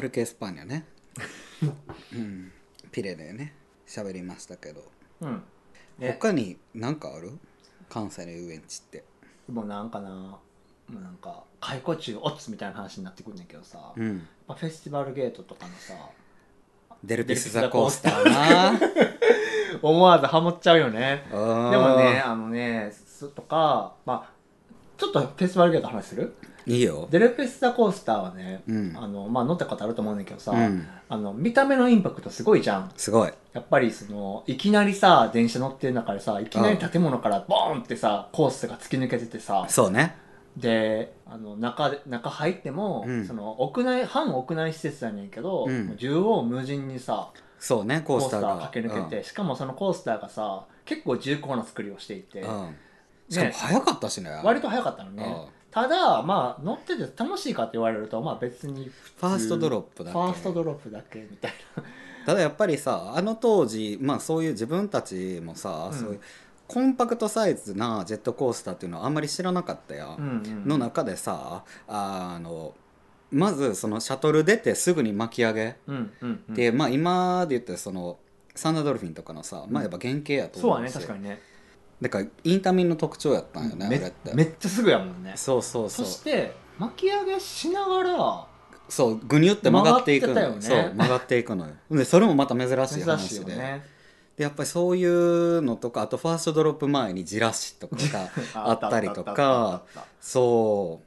ルケ・エスパーニャね、うん、ピレでね喋りましたけどうんね他に何かある関西の遊園地ってもうなんかなもうなんか解雇中オッツみたいな話になってくるんだけどさ、うやっんぱフェスティバルゲートとかのさデルピス・ザ・コースターな思わずハモっちゃうよねででもねあのねすとかまあちょっとフェスティバルゲートの話するいいよデルペスタコースターはね、うんあのまあ乗ったことあると思うんだけどさ、うんあの見た目のインパクトすごいじゃんすごいやっぱりそのいきなりさ電車乗ってる中でさいきなり建物からボーンってさコースが突き抜けててさそうねであの中で中入っても、うんその屋内半屋内施設やねんけど、うんもう縦横無尽にさそうねコーコーススタターーが駆け抜けて、しかもそのコースターがさ結構重厚な作りをしていて、うんうんしかも早かったしね割と早かったのね、うんただまあ乗ってて楽しいかって言われるとまあ別に普ファーストドロップフだっァけーストドロップだけみたいただやっぱりさあの当時まあそういう自分たちもさ、うんそういうコンパクトサイズなジェットコースターっていうのはあんまり知らなかったやな、、うんうんの中でさあのまずそのシャトル出てすぐに巻き上げ、うんうんうんでまあ今で言ってそのサンダードルフィンとかのさ、まあやっぱ原型やとそう思うはんねですよ確かにねだからインタミンの特徴やったんよね、あれっめてめっちゃすぐやもんねそうそうそそうして巻き上げしながらそうぐにゅって曲がっていくの曲がってたよねそう曲がっていくのよでそれもまた珍しい珍しい話よでねでやっぱりそういうのとかあとファーストドロップ前にじらしとかが あったりとかあったあったあったあったそ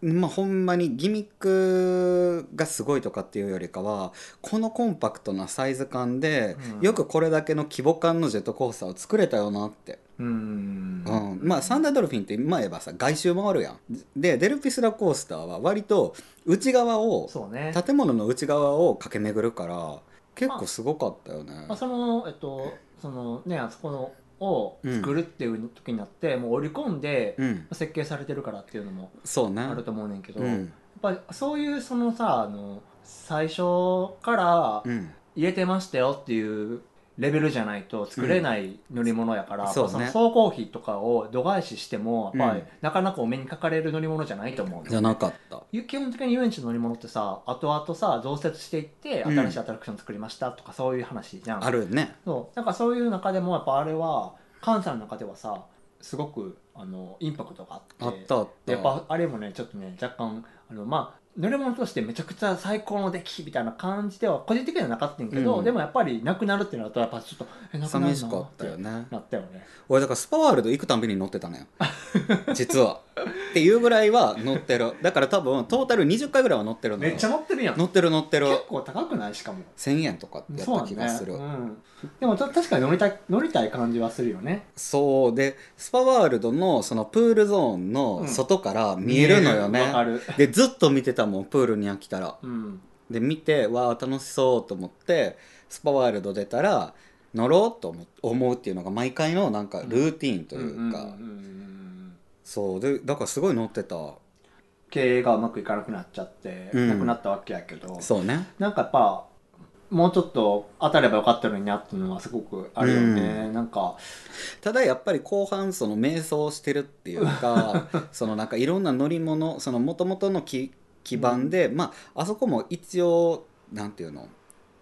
うまあほんまにギミックがすごいとかっていうよりかはこのコンパクトなサイズ感で、うんよくこれだけの規模感のジェットコースターを作れたよなって、うーんうんまあサンダードルフィンって今言えばさ外周回るやんでデルピスラコースターは割と内側をそうね建物の内側を駆け巡るから結構すごかったよね、まあ、そのえっとそのねあそこのを作るっていう時になって、もう織り込んでうん設計されてるからっていうのもそうねあると思うねんけど、うやっんぱりそういうそのさあの最初からうん入れてましたよっていうレベルじゃないと作れない乗り物やから、うんやっぱそうねの走行費とかを度外視してもやっぱり、うんなかなかお目にかかれる乗り物じゃないと思うのじゃなかった基本的に遊園地の乗り物ってさ後々さ増設していってうん新しいアトラクション作りましたとかそういう話じゃん、あるねそうなんかそういう中でもやっぱあれは関西の中ではさすごくあのインパクトがああっってたあったやっぱあれもねちょっとね若干あのまあ乗り物としてめちゃくちゃ最高の出来みたいな感じでは個人的にはなかったんやけど、うんでもやっぱりなくなるってなるとやっぱちょっとえなく寂なるなしかったよてねなったよね俺だからスパワールド行くたんびに乗ってたのよ 実はっていうぐらいは乗ってるだから多分トータル20回ぐらいは乗ってるのめよっちゃ乗ってるやん乗結ってる乗ってる構高くないしかも1000円とかってやっそうなたん気だがねするそう,、うん、でもちょ確かに乗りたい乗りたい感じはするよねでスパワールドのそのプールゾーンの外から見えるのよね、わかるでずっと見てたもんプールに飽きたらうんで見てわあ楽しそうと思ってスパワールド出たら乗ろうと思思うっていうのが毎回のなんかルーティーンというか、んんんうんそうでだからすごい乗ってた経営がうまくいかなくなっちゃって、うんなくなったわけやけどそうねなんかやっぱもうちょっと当たればよかったのになっていうのはすごくあるよね、なんかただやっぱり後半その瞑想してるっていう かそのなんかいろんな乗り物その元々のき基盤で、まああそこも一応なんていうの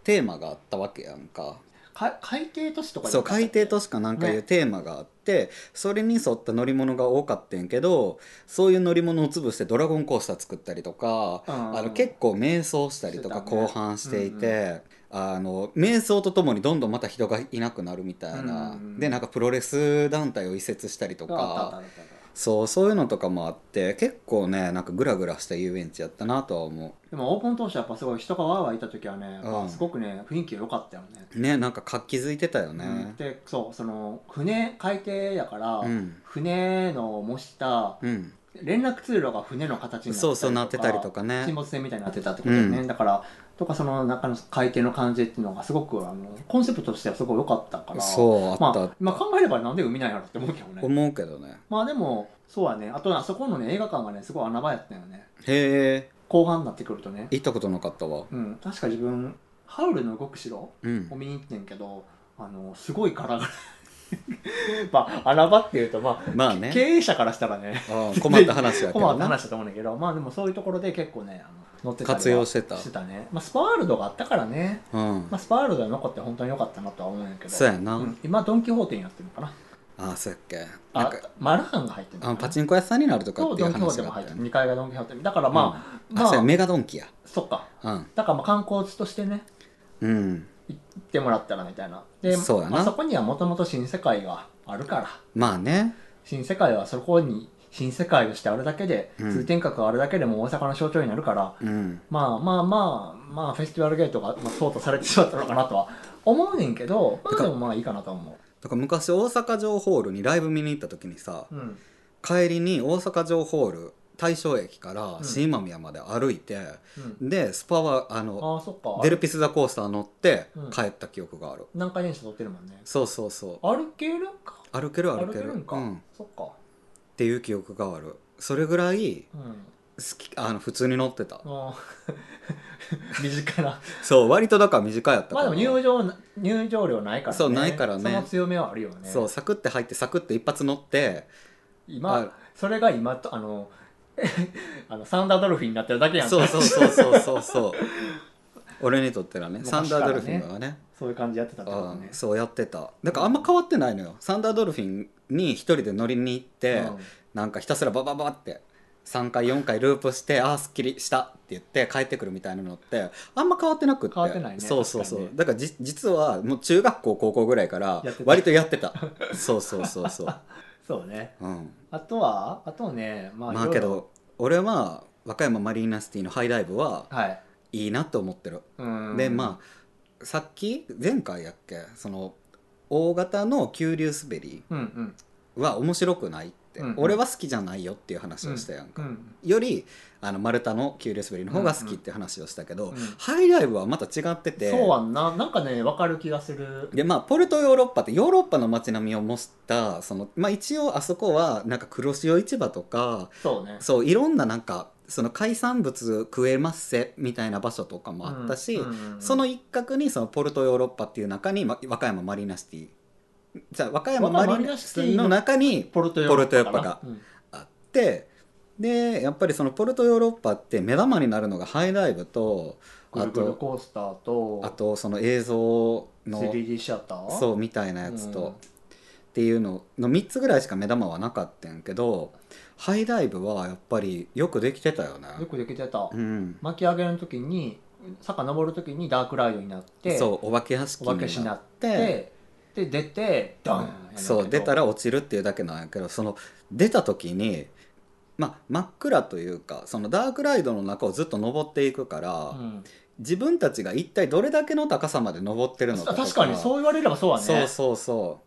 テーマがあったわけやんかか海底都市とかそう海底都市市かなんかいねうテーマがあって、それに沿った乗り物が多かったんやけどそういう乗り物を潰してドラゴンコースター作ったりとか、うんあの結構迷走したりとかしてたね後半していて。あの瞑想とともにどんどんまた人がいなくなるみたいな、うんうんでなんかプロレス団体を移設したりととか、かそうそういうのとかもあって結構ねなんかグラグラした遊園地やったなとは思でもオープン当初やっぱすごい人がわーわーいた時はね、やっぱうんすごくね雰囲気良かったよねうねなんか活気づいてたようんねでそうその船海底やから、うん船の模したうん、連絡通路が船の形になってたりとかそうそうなってたりとかね沈没船みたいになってたってことよね、うだからとかその中の海底の感じっていうのがすごくあのコンセプトとしてはすごい良かったからそうあったあまった、あ、今考えればなんで海なんやろって思うけどね思うけどねまあでもそうやねあとあそこのね映画館がねすごい穴場やったよねへえ後半になってくるとね行ったことなかったわうん確か自分ハウルの動く城うんを見に行ってんけどあのすごいガラガラ まあ穴場っていうとまあまあね経営者からしたらねうん困った話やけ困どったな話だと思うんだけどまあでもそういうところで結構ねあの乗ってたりは活用してたしてたね、まあ、スパワールドがあったからね、うんまあ、スパワールドが残って本当に良かったなとは思うんやけどそうやな、ん今ドン・キホーテになってるのかなああそうやっけなんあかマルハンが入ってるのあかのなパチンコ屋さんになるとかとっていドうン・キホー話テがもあ入っったてよるね2階がドン・キホーテだからまあ、あまそうやあメガドンキやそっかうんだからまあ観光地としてねうん行ってもらったらみたいなでそうやなまあ、そこにはもともと新世界があるからまあね新世界はそこに新世界としてあるだけで、うん通天閣があるだけでも大阪の象徴になるからうんまあまあまあまあフェスティバルゲートがまあ淘汰されてしまったのかなとは思うねんけどまてあかでもまあいいかなとは思だから昔大阪城ホールにライブ見に行った時にさう、うん、帰りに大阪城ホール大正駅からうん新間宮まで歩いて、うん、でスパはあのああそっかデルピス・ザ・コースター乗ってうん帰った記憶がある、何回電車乗ってるもんねそうそうそう歩けるんか歩ける歩歩けけるるんか、うん、っそっかていう記憶があるそれぐらいうん好きあの普通に乗ってたもう 身近なそう割とだから短いやったまからあでも入場な入場料ないからねそうないからねその強みはあるよねそうサクって入ってサクって一発乗ってあ今それが今とあの あのサンダードルフィンになってるだけやんかそうそうそうそうそうそ う俺にとってはね昔サからンダードねルフィンがね そういう感じやってたってことねうんそうやってただからあんま変わってないのよサンダードルフィンに一人で乗りに行って、うんなんかひたすらバババって3回4回ループしてああすっきりしたって言って帰ってくるみたいなのってあんま変わってなくって変わってないねそうそうそう確かにだからじ実はもう中学校高校ぐらいからやってた割とやって たそうそうそうそう、そうねうん、あとはあとね まあまいあろいけろど俺は和歌山マリーナシティのハイライブははいいいなと思ってる、うんでまあさっき前回やっけその大型の急流滑りうんうんは面白くないって、うんうん俺は好きじゃないよっていう話をしたやんか、うんよりあの丸太の急流滑りの方が好きって話をしたけど、うんうんハイライブはまた違っててそうはななんかねわかる気がするでまあ、ポルトヨーロッパってヨーロッパの街並みを模したその、まあ、一応あそこはなんか黒潮市場とかそうねそういろんななんかその海産物食えますせみたいな場所とかもあったし、うんうんうんその一角にそのポルトヨーロッパっていう中に、ま、和歌山マリーナシティじゃあ和歌山和歌マ山リーナマリーナシシテティィのの中にポルトヨポルトヨーーロロッッパパかがなうんあってでやっぱりそのポルトヨーロッパって目玉になるのがハイライブとぐあるぐるとコースターとあとその映像の 3D シアターそううみたいなやつと、うんっていうのの3つぐらいしか目玉はなかったんやけどハイライブはやっぱりよくできてたよね。よくできてたうん、巻き上げの時に坂登る時にダークライドになってそうお化け屋敷お化け師になってで出てドンそう出たらら落ちるっていうだけなんやけどその出た時に、まあ、真っ暗というかそのダークライドの中をずっと登っていくから、うん自分たちが一体どれだけの高さまで登ってるのかと確かにそう言われればそうはねそうそうそ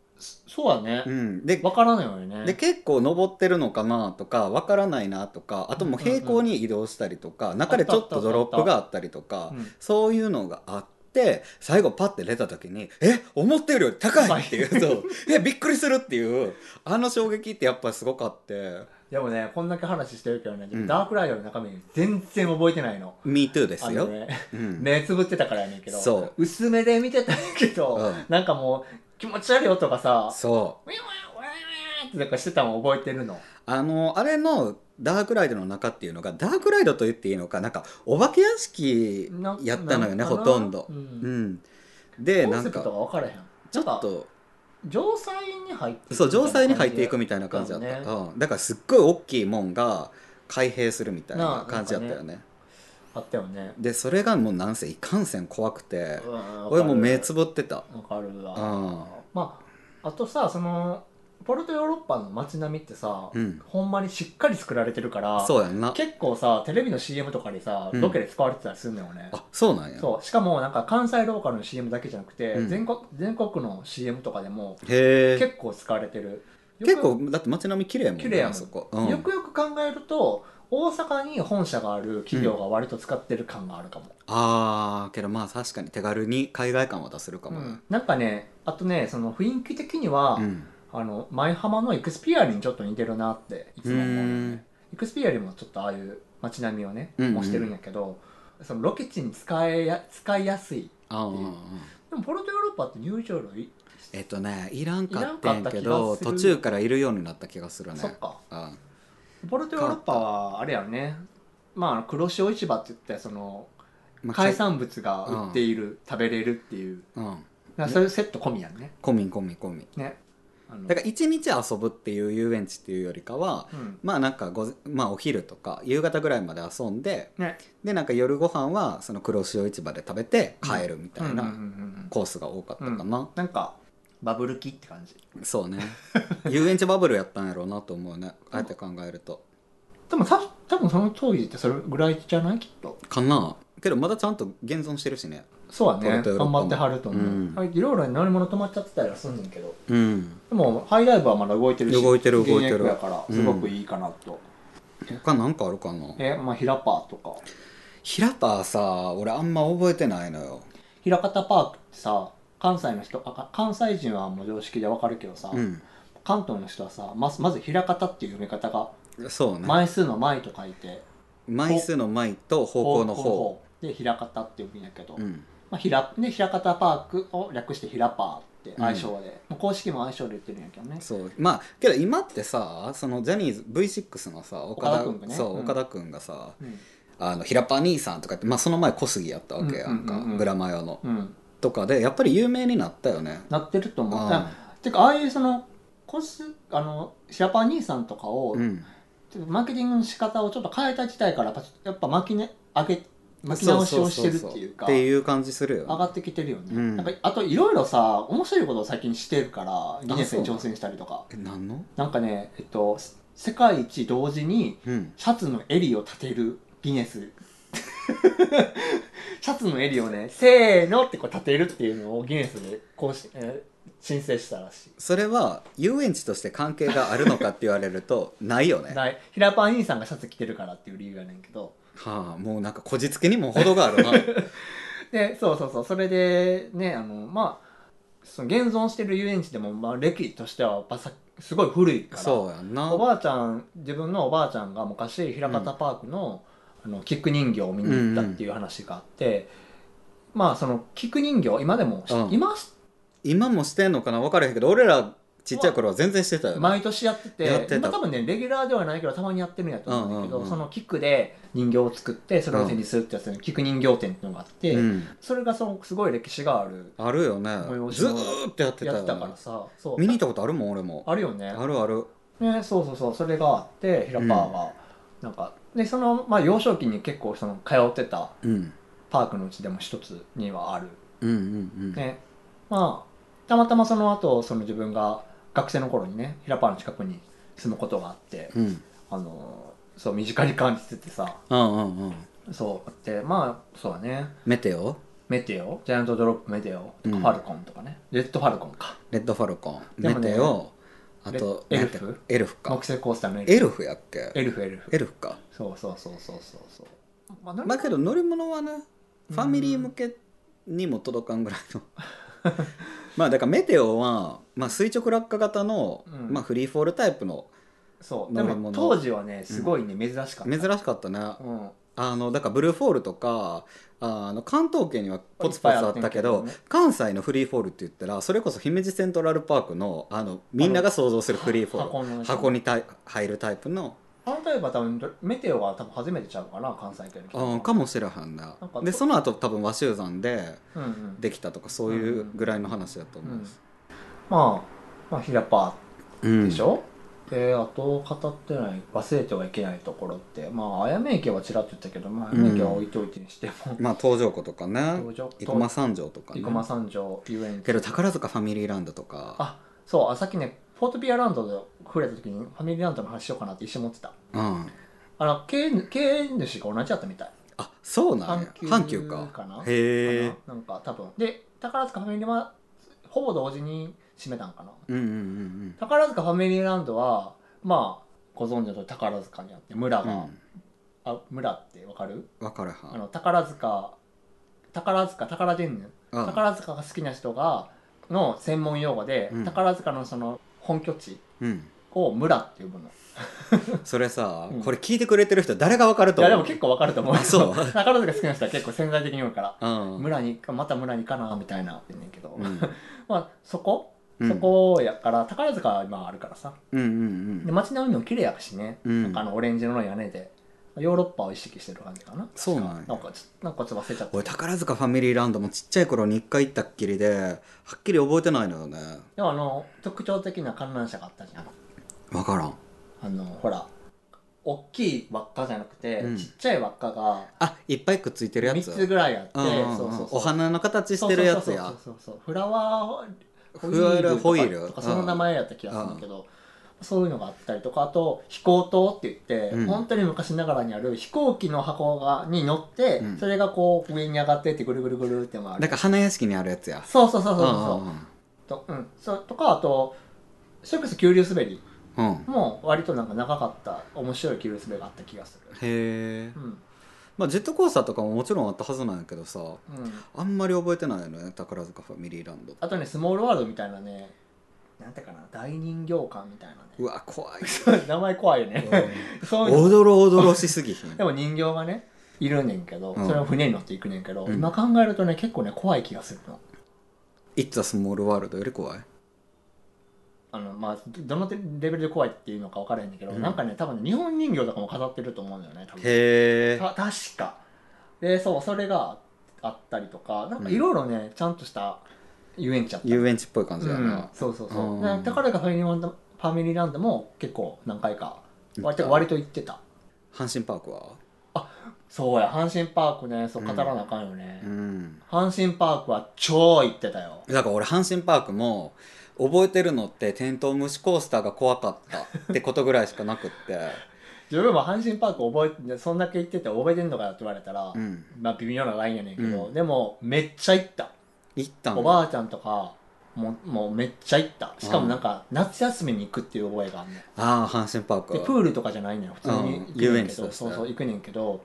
そうだう、ねうん、でわからないよねで結構登ってるのかなとかわからないなとかあともう平行に移動したりとか、中でちょっとドロップがあったりとか、うんそういうのがあって最後パッて出た時に「え思ったよりより高い!」っていう そう「えびっくりする!」っていうあの衝撃ってやっぱすごかってでもねこんだけ話してるけどねうんダークライドの中身全然覚えてないの「MeToo」ですあよ。のねうん目つぶってたからやねんけどそう薄めで見てたけうどんなんかもう気持ち悪い音がさそうウィンウィンウィンウィンってなんかしてたの覚えてるのあのあれのダークライドの中っていうのがダークライドと言っていいのかなんかお化け屋敷なやったのよねなんかほなとんどう、んうん、でコなンセんプかトが分からへんちょっなんかと城塞に入っていくみたいな感じそう城塞に入っていくみたいな感じだった、だよねうん、だからすっごい大きいもんが開閉するみたいな感じだったよねあったよねでそれがもうなんせいかんせん怖くてうんわかる俺もう目つぶってたわかるわうんまああとさそのポルトヨーロッパの街並みってさ、うんほんまにしっかり作られてるからそうやんな結構さテレビの CM とかでさうんロケで使われてたりするのよね、あそうなんやそうしかもなんか関西ローカルの CM だけじゃなくて、うん全国全国の CM とかでもへえ結構使われてるよく結構だって街並み綺麗やもん綺麗やもんあそこ、うん、よくよく考えると大阪に本社がある企業が割と使ってる感があるかも、あーけどまあ確かに手軽に海外感は出せるかもうねんなんかねあとねその雰囲気的には、うんあの舞浜のエクスピアリにちょっと似てるなっていつも思ううのんねエクスピアリもちょっとああいう街並みをねうんうん模してるんやけど、そのロケ地に使えや使いやすいあああああでもポルトヨーロッパって入場料いえっとねいらんかってんけいらんかどった気がす途る中からいるようになった気がするねそっかあポルトヨーロッパはあれやねまあ黒潮市場って言ってそのまあ海産物が売っている食べれるっていううんだからそういうセット込みやんね込み込み込みねあのだから一日遊ぶっていう遊園地っていうよりかはうんまあなんかご、まあ、お昼とか夕方ぐらいまで遊んでねでなんか夜ご飯はその黒潮市場で食べて帰るみたいうんうんなうんうんコースが多かったかな、なんかバブル期って感じそうね遊園地バブルやったんやろうなと思うねあえて考えるとでもた多分その当時ってそれぐらいじゃないきっとかなけどまだちゃんと現存してるしねそうポやねルトヨーロッ頑パも張ってはると思う、うんはいいろいろ乗り物止まっちゃってたりはすんねんけどうんでもハイライブはまだ動いてるし動いてる動いてる現役やからすごくいいかなと、他なんかあるかなえまあヒラパーとかヒラパーさ俺あんま覚えてないのよひらかたパークってさ関西の人あか関西人はもう常識でわかるけどさ、うん関東の人はさまずまずひらかたっていう読み方がそうね枚数の枚と書いて枚数の枚と方向の方でひらかたって読むんやけど、うんまあ、ひらでひらかたパークを略してひらパーって愛称で、もう公式も愛称で言ってるんやけどねそうまあけど今ってさそのジャニーズ V6 のさ岡岡田田君がねそううん岡田君がさうん「あの平パー兄さん」とか言って、まあ、その前小杉やったわけやんか、うんうんうんうんブラマヨのうん、とかでやっぱり有名になったよねなってると思う、あてかああいうそのコスあのシャパ兄さんとかを、うんちょっとマーケティングの仕方をちょっと変えた時代からやっぱやっぱ巻き,、ね、上げ巻き直しをしてるっていうかそうそうそうそうっていう感じするよ、ね、上がってきてるよね、うんなんかあといろいろさ面白いことを最近してるからギネスにそう挑戦したりとかえ何のなんかねえっとせ世界一同時にうんシャツの襟を立てるギネス シャツの襟をねせーのってこう立てるっていうのをギネスでこうし、えー申請したらしいそれは遊園地として関係があるのかって言われると ないよねはない平パン兄さんがシャツ着てるからっていう理由やねんけどあもうなんかこじつけにも程がある なでそうそうそうそれでねあのまあその現存してる遊園地でも、まあ、歴としてはやっぱさすごい古いからそうやんなおばあちゃん自分のおばあちゃんが昔平方パークの,、あの菊人形を見に行ったっていう話があって、まあその菊人形今でもし、うん今し今もしてんのかな分からへんけど俺らちっちゃい頃は全然してたよね毎年やっててやってた今多分ねレギュラーではないけどたまにやってるんやと思うんだけど、うんうんうんその菊で人形を作ってそれを展示するってやつの菊人形展っていうのがあって、うん、それがそのすごい歴史があるあるよね催しずのーっとやってたやよっねてたからさそう見に行ったことあるもん俺もあるよねあるあるね、そうそうそうそれがあって平パーは、なんかでその、まあ、幼少期に結構その通ってたうんパークのうちでも一つにはある、うんうんうんねまあたまたまその後その自分が学生の頃にね平パーの近くに住むことがあってうんあのそう身近に感じててさうんうんうんそうってまあそうだねメテオメテオジャイアントドロップメテオとかうんファルコンとかね、レッドファルコンかレッドファルコン、でメもねテオあとレなんやったっエルフけエルフか木製コースターのエルエフルフやっけエルフエルフエルフかそうそうそうそうそうそうまあまあけど乗り物はねうフんァミリー向けにも届かんぐらい の まあだからメテオは、まあ、垂直落下型の、うんまあ、フリーフォールタイプのそうで乗りも物当時はねすごいね、珍しかった珍しかったねうんあのだからブルーフォールとかあの関東圏にはポツポツあったけいっぱいあどってんけどね関西のフリーフォールって言ったらそれこそ姫路セントラルパークのあのみんなが想像するフリーフォール箱の箱ねにたい入るタイプの、あの例えば多分メテオは多分初めてちゃうかな関西圏の人うん、かもしれはんななんかでその後多分和集山でうんうんできたとかそういうぐらいの話だとう思うんし、まあまあヒラパうんーでしょ、であと語ってない忘れてはいけないところってまああやめ池はちらっと言ったけどまああやめ池は置いといてにしても、まあ東条湖とかね道場生駒三条とかね生駒三条遊園け地ど宝塚ファミリーランドとかあそうあさっきねフォートピアランドで触れた時にファミリーランドの話しようかなって一瞬思ってたうんあの経営経営主が同じだったみたいあそうなんや阪急かかなへえかななんか多分で宝塚ファミリーはほぼ同時に閉めたんかなうんうんうん宝塚ファミリーランドはまあご存知の通り宝塚にあって村うが、んうんあ村ってわかる分からはんあの宝塚宝塚宝神宮うん宝塚が好きな人がの専門用語で、うん宝塚のその本拠地うんを村って呼ぶのそれさ、うんこれ聞いてくれてる人誰がわかるいとや思うでも結構わかると思うあそう 宝塚好きな人は結構潜在的に多いからうん村にまた村に行かなみたいなってんねんけど、うんまあそこうん そこやから、宝塚は今あるからさうんうんで街の海も綺麗やしね、うんうあんのオレンジ色の屋根でヨーロッパを意識してる感じかなそうなんやなんかちょなんかちょっと忘れちゃった俺宝塚ファミリーランドもちっちゃい頃に一回行ったっきりではっきり覚えてないのよねでもあの特徴的な観覧車があったじゃんわからんあのほら大きい輪っかじゃなくて、うんちっちゃい輪っかがあいっぱいくっついてるや3つつぐらいあって、うんうんうんそうそうそうお花の形してるやつそうやそうそうそうフラワーフラワーホイールとかとかその名前やった気がするんだけど、そういうのがあったりとかあと飛行塔って言って、うん本当に昔ながらにある飛行機の箱がに乗って、うんそれがこう上に上がってってぐるぐるぐるって回なんるか花屋敷にあるやつやそうそうそうそううそんうと,、うん、そうとかあとシックス急流滑りうんうんも割となんか長かった面白い急流滑りがあった気がするへえうんまあジェットコースターとかももちろんあったはずなんやけどさうんあんまり覚えてないよね宝塚ファミリーランドあとねスモールワールドみたいなねなんていうかな大人形館みたいうわ怖いなね 名前怖いよねそういうおどろおどろしすぎひんでも人形がねいるねんけど、うんそれを船に乗っていくねんけど、うん今考えるとね結構ね怖い気がするの「It's a small world」より怖いあのまあどのレベルで怖いっていうのか分からへんねんけど、うんなんかね多分ね日本人形とかも飾ってると思うんだよね多分へえた確かでそうそれがあったりとかなんかいろいろね、ちゃんとした遊園地やった遊園地っぽい感じやうんな、そうそうそう、うんだからかファミリーランドファミリーランドも結構何回か割と割と行ってた阪神パークはそうや阪神パークねそううん語らなあかんよね、うん阪神パークは超行ってたよだから俺阪神パークも覚えてるのってテントウムシコースターが怖かったってことぐらいしかなくって 自分も阪神パーク覚えてそんだけ行ってて覚えてんのかよって言われたら、うんまあ微妙なラインやねんけど、うんでもめっちゃ行った、行ったんおばあちゃんとかももうめっちゃ行ったしかもなんか夏休みに行くっていう覚えがあんねんああ阪神パークでプールとかじゃないのよ普通にうん行く遊ねん園け地ど、としてそうそう行くねんけど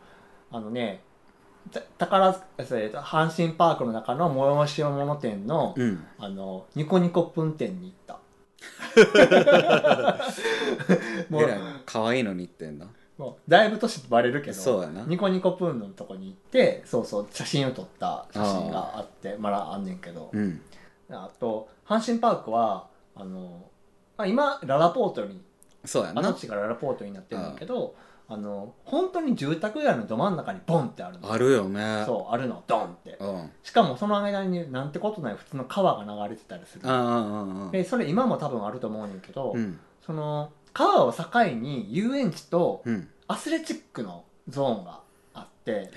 あのねた宝塚えーと阪神パークの中の催し物店の,、うんあのニコニコプン店に行った もえらいう可愛いのに行ってんだもうだいぶ年バレるけどそうやなニコニコプーンのとこに行ってそうそう写真を撮った写真があってまだあんねんけど、うんあと阪神パークはあの、まあ、今ララポートにそうや跡な地がララポートになってるんだけどあの本当に住宅街のど真ん中にボンってあるのあるよねそうあるのドンってうんしかもその間になんてことない普通の川が流れてたりするああでそれ今も多分あると思うねんけど、うんその川を境に遊園地とうんアスレチックのゾーンがあって、へそう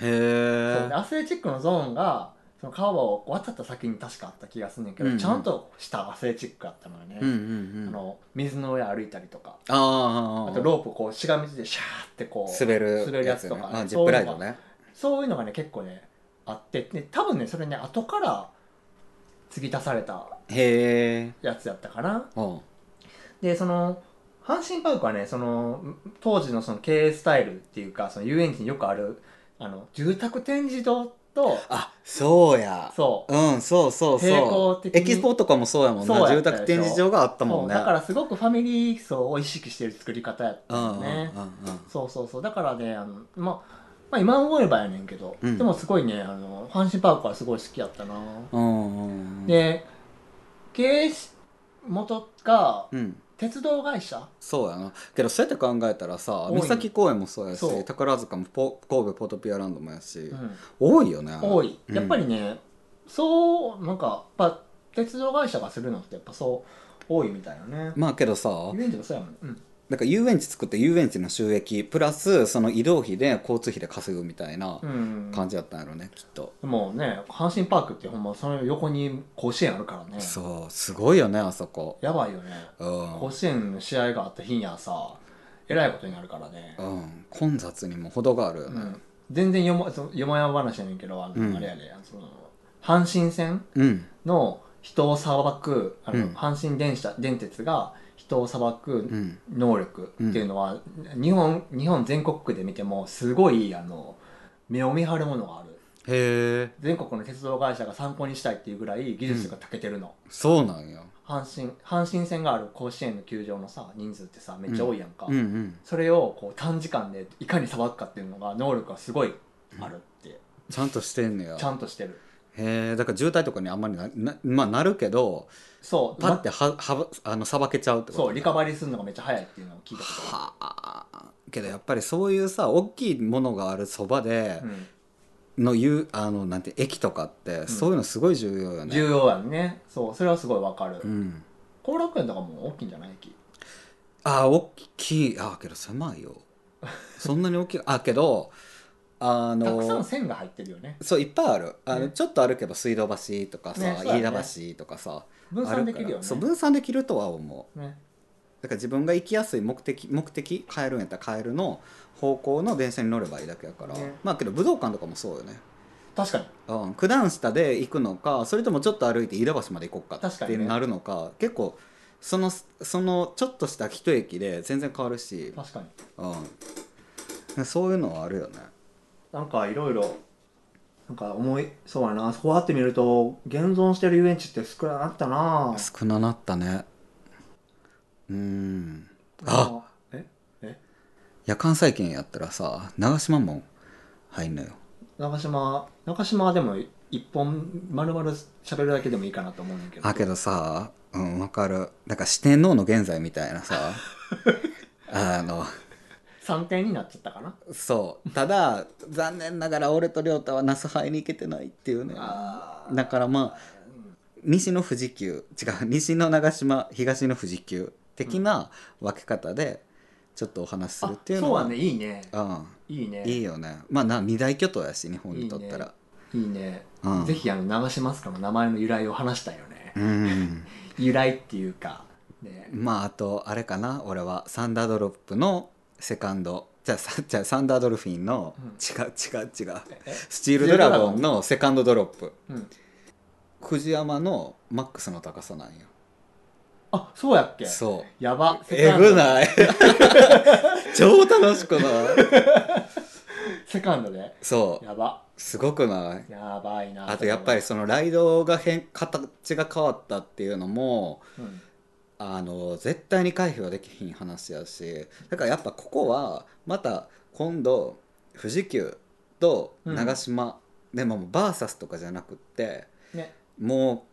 えでアスレチックのゾーンがその川を渡った先に確かあった気がするんだけど、うんうんちゃんとしたアスレチックだったのよね、うんうんあうんの水の上歩いたりとかあああとロープをこうしがみついてシャーってこう滑る滑るやつとかやつねあジップライドねそういうのがね結構ねあってで多分ねそれね後から継ぎ足されたへえやつやったかなうんでその阪神パークはねその当時のその経営スタイルっていうかその遊園地によくあるあの住宅展示堂とあそうやそううんそうそうそう並行的にエキスポとかもそうやもんそうやなった住でしょ宅展示場があったもんねそうだからすごくファミリー層を意識してる作り方やったうんうよんうんね、うんそうそうそうだからねあの、まあ、まあ今思えばやねんけど、うんでもすごいねあの阪神パークはすごい好きやったな、うんうんうんで経営し元がうん鉄道会社そうやなけどそうやって考えたらさ多いね三崎公園もそうやそうし宝塚もポ神戸ポトピアランドもやしうん多いよね多いうんやっぱりね、そうなんかやっぱ鉄道会社がするのってやっぱそう多いみたいなねまあけどさ遊園地もそうやもん、うん、だから遊園地作って遊園地の収益プラスその移動費で交通費で稼ぐみたいなうん感じやったんやろねきっとでもね阪神パークってほんまその横に甲子園あるからねそうすごいよねあそこやばいよねうん甲子園の試合があった日にはさえらいことになるからね、うん混雑にも程があるようねん、全然よもそのよもやま話やねんけどあの、うんあれやでその阪神線うんの人を裁くあの、うん阪神電車電鉄が人を裁くうん能力っていうのは、日本日本全国区で見てもすごいあの目を見張るものがあるへえ全国の鉄道会社が参考にしたいっていうぐらい技術が長けてるの、そうなんや阪神阪神線がある甲子園の球場のさ人数ってさめっちゃ多いやんか、うんうんそれをこう短時間でいかにさばくかっていうのが能力がすごいあるって、ちゃんとしてんねやちゃんとしてるへえだから渋滞とかにあんまりなな,、まあ、なるけどそうパッまてははあのさばけちゃうってことそうリカバリーするのがめっちゃ早いっていうのを聞いたこはあけどやっぱりそういうさ大きいものがあるそばでとある、うんの言うあのなんて駅とかってそういうのすごい重要よね重要やんねそうそれはすごいわかるうん後、楽園とかも大きいんじゃない駅ああ大きいああけど狭いよそんなに大きいああけどあのたくさん線が入ってるよねそういっぱいあるあの、ねちょっと歩けば水道橋とかさ、ねそうだね飯田橋とかさ分あ散かでらきるよねそう分散できるとは思うねだから自分が行きやすい目的目的変えるんやったら変えるの方向の電車に乗ればいいだけやから、ねまあけど武道館とかもそうよね確かにうん、九段下で行くのかそれともちょっと歩いて飯田橋まで行こうか確っかてにねなるのか結構そのそのちょっとした一駅で全然変わるし、確かにうん、そういうのはあるよねなんかいろいろなんか思いそうやなそうやって見ると現存してる遊園地って少なくなったな少ななったねうんあえ夜間再建やったらさ長島も入んのよ中島中島はでも一本丸々喋るだけでもいいかなと思うんだけどあけどさうんわかるだから四天王の現在みたいな さあの3点になっちゃったかなそうただ残念ながら俺と亮太は那須杯に行けてないっていうねあだからまあ西の富士急違う西の長島東の富士急的な分け方でちょっとお話しするっていうのそうはねいいねうんいいねいいよねまあな二大巨頭やし日本にとったらいいね、うんぜひあの長島スカの名前の由来を話したいよねうん由来っていうかねまああとあれかな俺はサンダードロップのセカンドじゃあさ じゃあサンダードルフィンの、うん違う違う違うえスチールドラゴンのセカンドドロップうん藤山のマックスの高さなんよあそうやっけそうやばセえカンドぐない 超楽しくないセカンドでそうやばすごくないやばいなあとやっぱりそそのライドが変形が変わったっていうのもれはうんあの絶対に回避はできひん話やしだからやっぱここはまた今度富士急と長島、でももうバーサスとかじゃなくってねも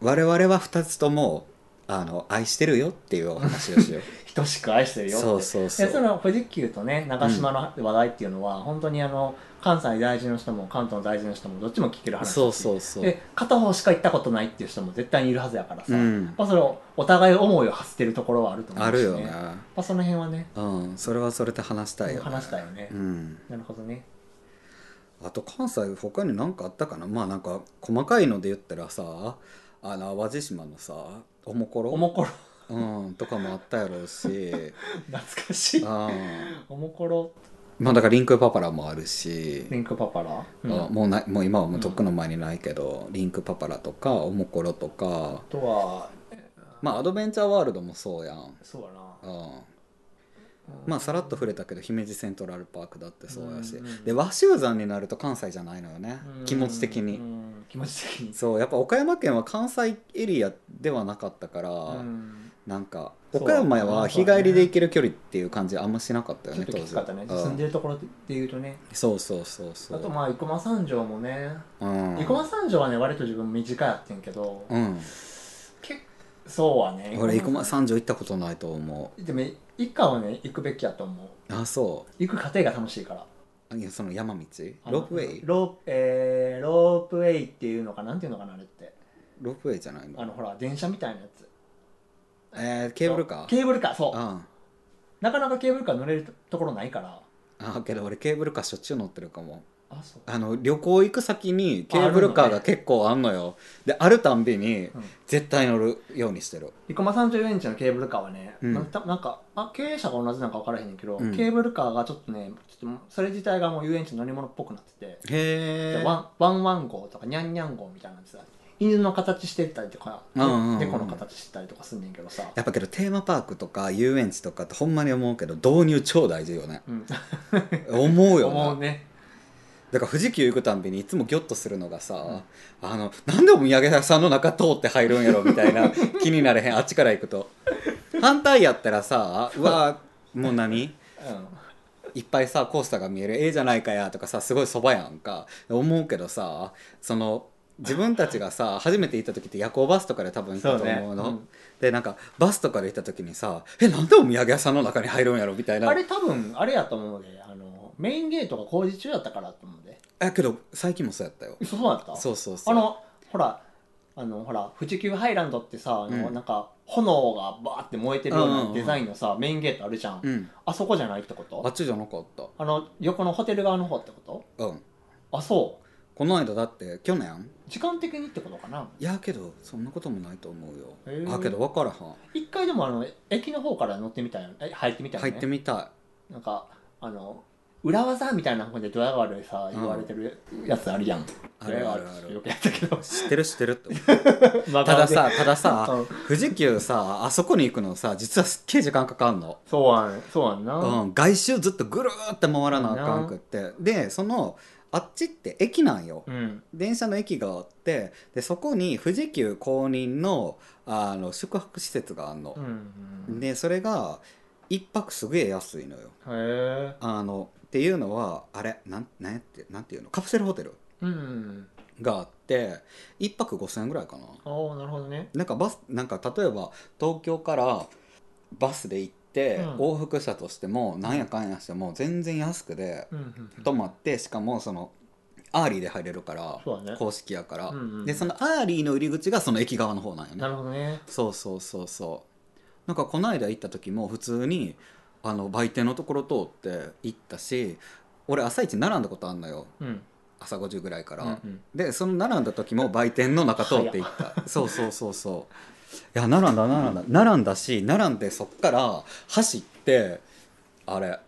う我々は2つともあの愛してるよっていうお話をし よう等しく愛してるよってそうそうそでそうの富士急とね長島の話題っていうのは、本当にあの関西在住の人も関東在住の人もどっちも聞ける話だしそうそうそうで片方しか行ったことないっていう人も絶対にいるはずやからさ、うやっんぱそれをお互い思いを馳せてるところはあると思うし、あるよねやっぱその辺はねうんそれはそれで話したいよね話したいよね、うんなるほどねあと関西他に何かあったかなまあなんか細かいので言ったらさあの淡路島のさおもころおもころうん、とかもあったやろうし、 懐かしうん、いおもころまあだからリンクパパラもあるし、リンクパパラ、あうんあもうないもう今はもうとっくの前にないけど、リンクパパラとかおもころとかとはまあアドベンチャーワールドもそうやん、そうだなうん、まあさらっと触れたけど姫路セントラルパークだってそうやし、うんうんうんで和州山になると関西じゃないのよね、うん気持ち的に。うん気持ち的にそうやっぱ岡山県は関西エリアではなかったから、うんなんかそう岡山は日帰りで行ける距離っていう感じあんましなかったよちょっねときつかったね住んでるところで言うとねうんそうそうそうそあうとまあ生駒三条もねうん生駒三条はね割と自分短いやってんけど、うん結そうはね俺生駒三条行ったことないと思でも一家はね行くべきやと思ううあそ行く過程が楽しいからういやその山道あのロープウェイロー,、えーロープウェイっていうのかなんていうのかなあれってロープウェイじゃないあののほら電車みたいなやつえー、ケーブルカーケーブルカーそうあなかなかケーブルカー乗れるとところないからあけど俺ケーブルカーしょっちゅう乗ってるかもあそうあの旅行行く先にケーブルカーが結構あんのよであるたんびにうん絶対乗るようにしてる生駒三条遊園地のケーブルカーはね、うんなたなんか、あ、経営者が同じなんか分からへんねんけど、うんケーブルカーがちょっとねちょっとそれ自体がもう遊園地の乗り物っぽくなってて、へえワンワンワン号とかニャンニャン号みたいなやつだ犬の形してたりとか、うんうんうん猫の形してたりとかすんねんけどさ、やっぱけどテーマパークとか遊園地とかってほんまに思うけど導入超大事よねうん、思うよ 思なうねだから富士急行くたんびにいつもギョッとするのがさ、あのなんでお土産屋さんの中通って入るんやろみたい な気になれへんあっちから行くと反対やったらさうわもう何いっぱいさコースターが見えるええじゃないかやとかさすごいそばやんか思うけどさその自分たちがさ初めて行った時って夜行バスとかで多分行ったと思うのそうねうんでなんかバスとかで行った時にさえなんでお土産屋さんの中に入るんやろみたいうんなあれ多分あれやと思うであのメインゲートが工事中やったからと思うでえけど最近もそうやったよそうだったそうそうそあうのほらあのほら富士急ハイランドってさあの、うんなんか炎がバーって燃えてるよううんうんうなんデザインのさ、メインゲートあるじゃん、うんあそこじゃないってこあっとちじゃなかっあの横のホテル側の方ってこたうんとあそうこの間だって去年時間的にってことかないやけどそんなこともないと思うよ、へーあけど分からは一回でもあの駅の方から乗ってみたいえ入ってみたんい入ねってみたなんかあの裏技みたいな方でドヤ顔でさ言われてるやつあるやん、いあるあるあドヤる顔ってよくやった知ってる知ってるっ て思うけどたださただうさん富士急さあそこに行くのさ実はすっげえ時間かかんのそうやんそうやんな、うん、外周ずっとぐるーって回らなあかんくってでそのあっちって駅なんよ、うん電車の駅があってでそこに富士急公認のあの宿泊施設があんのう、んでそれが一泊すげえ安いのよへえあのっていうのはあれなんなんやってなんていうのカプセルホテルうんがあって一泊5,000円ぐらいかなああなるほどねなんかバスなんか例えば東京からバスで行って、うん往復したとしてもなんやかんやしても全然安くで、うんうんうん泊まってしかもそのアーリーで入れるからそうだね公式やから、うんうんでそのアーリーの入り口がその駅側の方なんよなねるほどねそうそうそうそうなんかこの間行った時も普通にあの売店のところ通って行ったし俺朝一並んだことあんのようん朝5時ぐらいから、うんでその並んだ時も売店の中通っていったそうそうそうそういや並んだ並んだ並んだし並んでそっから走ってあれ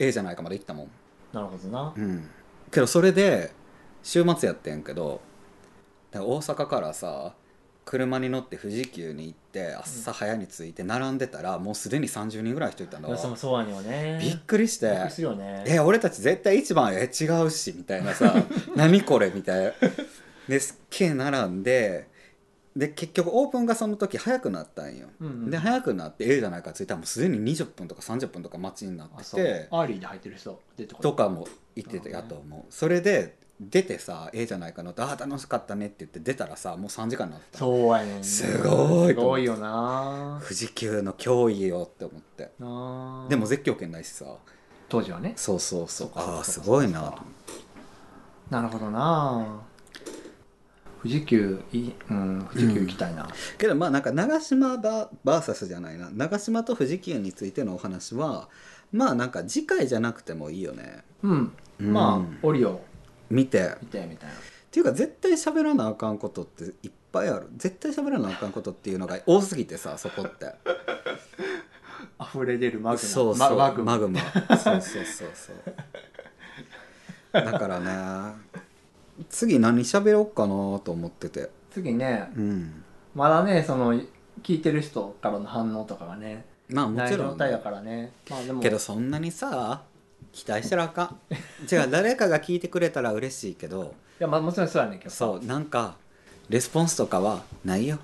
A じゃないかまで行ったもんなるほどなうん、けどそれで週末やってんけどだから大阪からさ車に乗って富士急に行って朝早に着いて並んでたら、もうすでに30人ぐらい人いたんだよわそもそうやねんよねびっくりしてびっくりするよね「え俺たち絶対一番え違うし」みたいな さ「何これ」みたいな。ですっげえ並んでで結局オープンがその時早くなったんよ。うんうんで早くなってええじゃないか着いたらもうすでに20分とか30分とか待ちになあってそうてアーリーで入ってる人出てことかも生きてたなやるほとど思う、それで出てさええじゃないかなってああ楽しかったねって言って出たらさもう3時間になったそうやねんすごいすごいよな富士急の脅威よって思ってなあでも絶叫圏ないしさ当時はねそうそうそうそっかそっかああすそっかごいなと思ってなるほどな富士急いうん富士急行きたいなけどまあなんか長島ババーサスじゃないな長島と富士急についてのお話はまあなんか次回じゃなくてもいいよねうんうんまあオリオ見て見てみたいなっていうか絶対喋らなあかんことっていっぱいある絶対喋らなあかんことっていうのが多すぎてさそこって溢れ出るマグマそうそうママグママグマそうそうそう そうだからね次何喋ろうかなと思ってて次ねうんまだねその聞いてる人からの反応とかがねまあもないち状ろん、態だからねまあでもけどそんなにさ期待したらあかん違う誰かが聞いてくれたら嬉しいけどいやまあもちろんそうやねんけどそうなんかレスポンスとかはない よ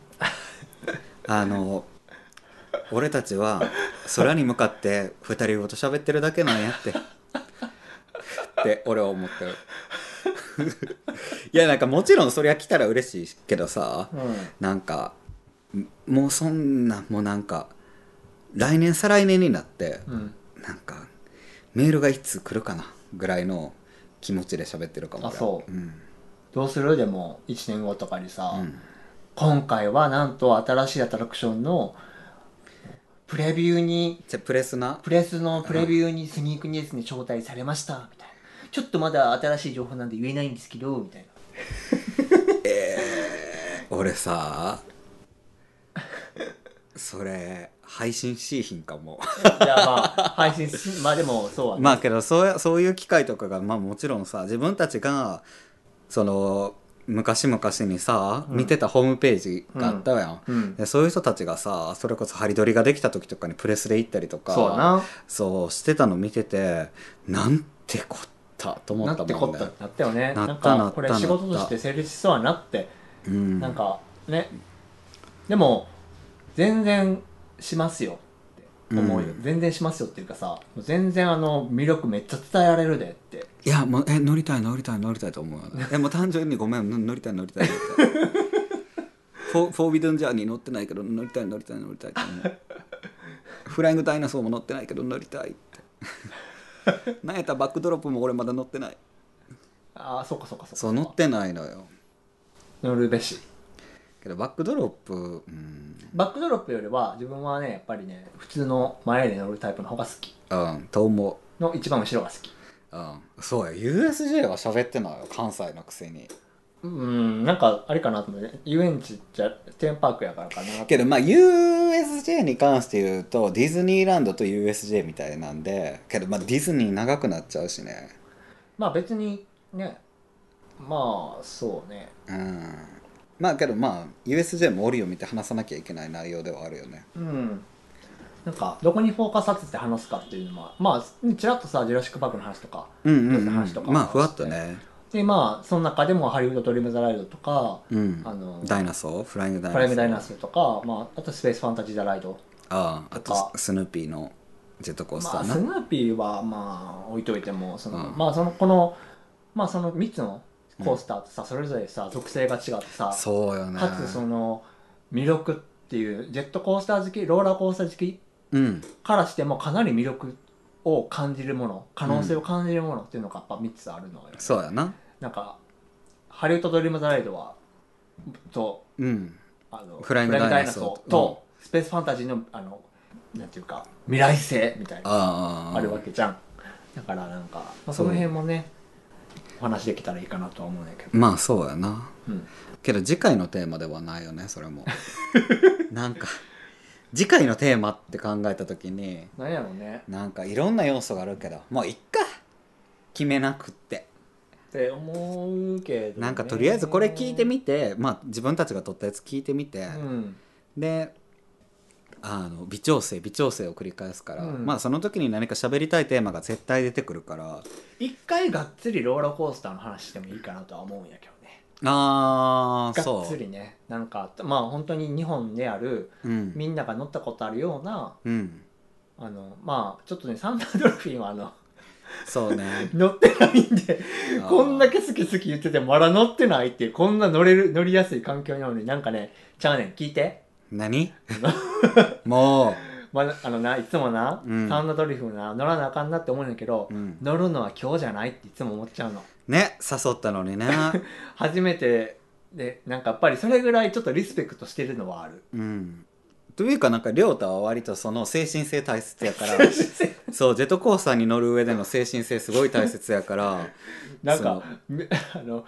あの俺たちは空に向かって二人ごと喋ってるだけなんやってって俺は思ってる いやなんかもちろんそりゃ来たら嬉しいけどさうなんかんもうそんなもうなんか来年再来年になってんうんなんかメールがいつ来るかなぐらいの気持ちで喋ってるかも、あそううんどうするでも1年後とかにさ、うん、今回はなんと新しいアトラクションのプレビューにじゃプレスなプレスのプレビューにスニークニュースに招待されましたみたいなちょっとまだ新しい情報なんで言えないんですけどみたいな俺さそれ配信しいひんかもいやまあ配信しまあでもそうは ね、まあけどそうやそういう機会とかがまあもちろんさ自分たちがその昔々にさ、うん見てたホームページがあったやん、うんでそういう人たちがさそれこそ張り取りができた時とかにプレスで行ったりとかそうやなそうしてたの見ててなんてこったったと思なっったてもこんねったってなったよねなったなんかなったこれ仕事として成立しそうやなってうんなんかねでも全然しますよって思うよ、うん全然しますよっていうかさ全然あの魅力めっちゃ伝えられるでっていやもうえ乗りたい乗りたい乗りたいと思うよねえもう単純にごめん乗乗りたい乗りたい乗りたいフォーフォービドゥンジャーに乗ってないけど乗りたい乗りたい乗りたいと思うフライングダイナソーも乗ってないけど乗りたいってなんやったらバックドロップも俺まだ乗ってないああそうかそうかそうかそう乗ってないのよ乗るべしけどバックドロップうん、バックドロップよりは自分はねやっぱりね普通の前で乗るタイプの方が好きうん、と思の一番後ろが好きう、うん、そうや USJ は喋ってないよ関西のくせにうんなんかあれかなと思って遊園地じゃテーマパークやからかなけどまあ USJ に関して言うとディズニーランドと USJ みたいなんでけどまあディズニー長くなっちゃうしねまあ別にねまあそうねうんまあけどまあ USJ もおるよ見て話さなきゃいけない内容ではあるよねうんなんかどこにフォーカス当てて話すかっていうのはまあちらっとさ「ジュラシック・パーク」の話とかうんうんうんまあふわっとね、でまあその中でも「ハリウッド・ドリーム・ザ・ライド」とかうん、あのダイナソーフライングダイ「ナソープライム・ダイナソー」とか、まあ、あと「スペース・ファンタジー・ザ・ライドあああとかとススヌーピーのジェット」コースタまあースな、ヌーピーはまあ置いといてもその、うんまあそのこのまあその3つのコースターってさ、それぞれさ属性が違ってさそうよねかつその魅力っていうジェットコースター好きローラーコースター好きうんからしてもかなり魅力を感じるもの可能性を感じるものっていうのがやっぱ3つあるのよ、そうやななんかハリウッド・ドリーム・ザ・ライドはとうんあのフライングダイナソーフライングダイナと、スペースファンタジーのあのなんていうか未来性みたいなあああるわけじゃんだからなんか、まあ、その辺もねお話できたらいいかなとは思うんだけど、まあそうやなうん、けど次回のテーマではないよねそれ もなんか次回のテーマって考えた時になんやろうねなんかいろんな要素があるけどもういっか決めなくってって思うけど、ね、なんかとりあえずこれ聞いてみてまあ自分たちが撮ったやつ聞いてみて、うんであの微調整微調整を繰り返すから、うんまあその時に何か喋りたいテーマが絶対出てくるから一回がっつりローラーコースターの話してもいいかなとは思うんやけどねああがそっつりねなんかまあ本当に日本であるううんみんなが乗ったことあるようなうんあのまあちょっとねサンダードルフィンはあの そうね乗ってないんで こんだけけ好き好き言っててまだ乗ってないっていうこんな乗れる乗りやすい環境なのになんかねちゃうねん聞いて何 もうまだあのないつもな、うんサンダードルフィンな乗らなあかんなって思うんだけど、うん乗るのは今日じゃないっていつも思っちゃうのね誘ったの にね初めてでなんかやっぱりそれぐらいちょっとリスペクトしてるのはあるうんというかなんか亮太は割とその精神性大切やから そうジェットコースターに乗る上での精神性すごい大切やからなんかみ あの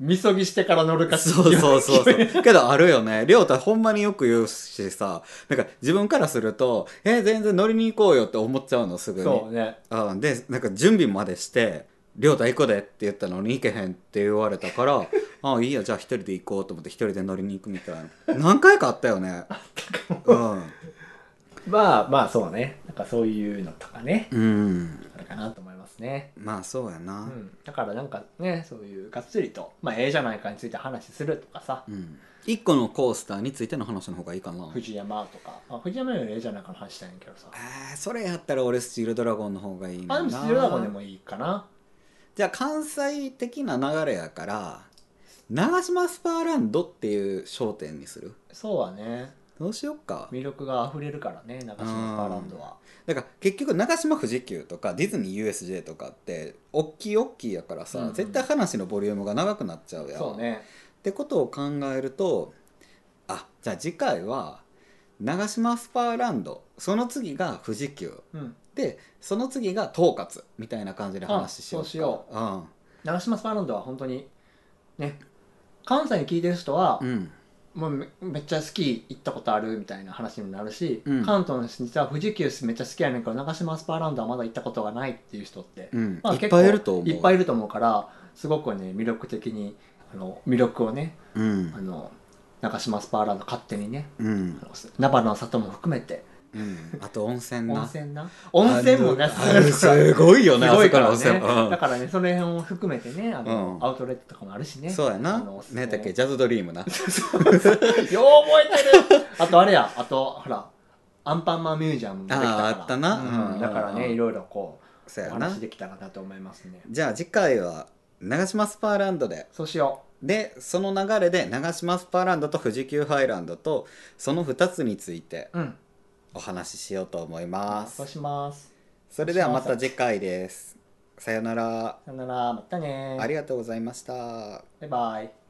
みそぎしてから乗るかそうそうそう決そめるうけどあるよね亮太ほんまによく言うしさなんか自分からすると「え全然乗りに行こうよ」って思っちゃうのすぐにそうねあでなんか準備までして「亮太行こうで」って言ったのに行けへんって言われた から「あいいやじゃあ一人で行こう」と思って一人で乗りに行くみたいな何回かあったよねうんまあまあそうねなんかそういうのとかねうんあるかなと思いますね、まあそうやう、なんだからなんかねそういうがっつりとまあええじゃないかについて話するとかさうん一個のコースターについての話の方がいいかな藤山とか、あ、藤山よりええじゃないかの話したいんやけどさあーそれやったら俺スチールドラゴンの方がいいなあでもスチールドラゴンでもいいかなじゃあ関西的な流れやから長島スパーランドっていう商店にするそうはねどうしよっか魅力が溢れるからね長島スパーランドはだから結局長島富士急とかディズニー USJ とかっておっきいおっきいやからさ、うんうん絶対話のボリュームが長くなっちゃうやんそうねってことを考えるとあじゃあ次回は長島スパーランドその次が富士急うんでその次が統括みたいな感じで話しようかあそうしよううん長島スパーランドは本当にね関西に聞いてる人は、うんもうめめっちゃスキー行ったことあるみたいな話にもなるし、うん関東の人には富士急めっちゃ好きやねんけど長島スパーランドはまだ行ったことがないっていう人って、うんまあ、いっ結構ぱいいると思ういっぱいいると思うからすごくね魅力的にあの魅力をねうんあの長島スパーランド勝手にねうんあの菜花の里も含めてうん、あと温泉な温泉な温泉もねあのすごいよねすごいからあそこの温ね泉うんだからねその辺を含めてねあの、うんアウトレットとかもあるしねそうやあなのおすす何めやったっけジャズドリーム なよう覚えてるあとあれやあとほらアンパンマンミュージアムもできたからあーあったなう、うんんだからねいろいろこそううおやな話できたらなと思いますねじゃあ次回は長島スパーランドでそうしよでその流れで長島スパーランドと富士急ハイランドとその2つについてううんお話ししようと思いますそうしますそれではまた次回ですさよならさよならまたねありがとうございましたバイバイ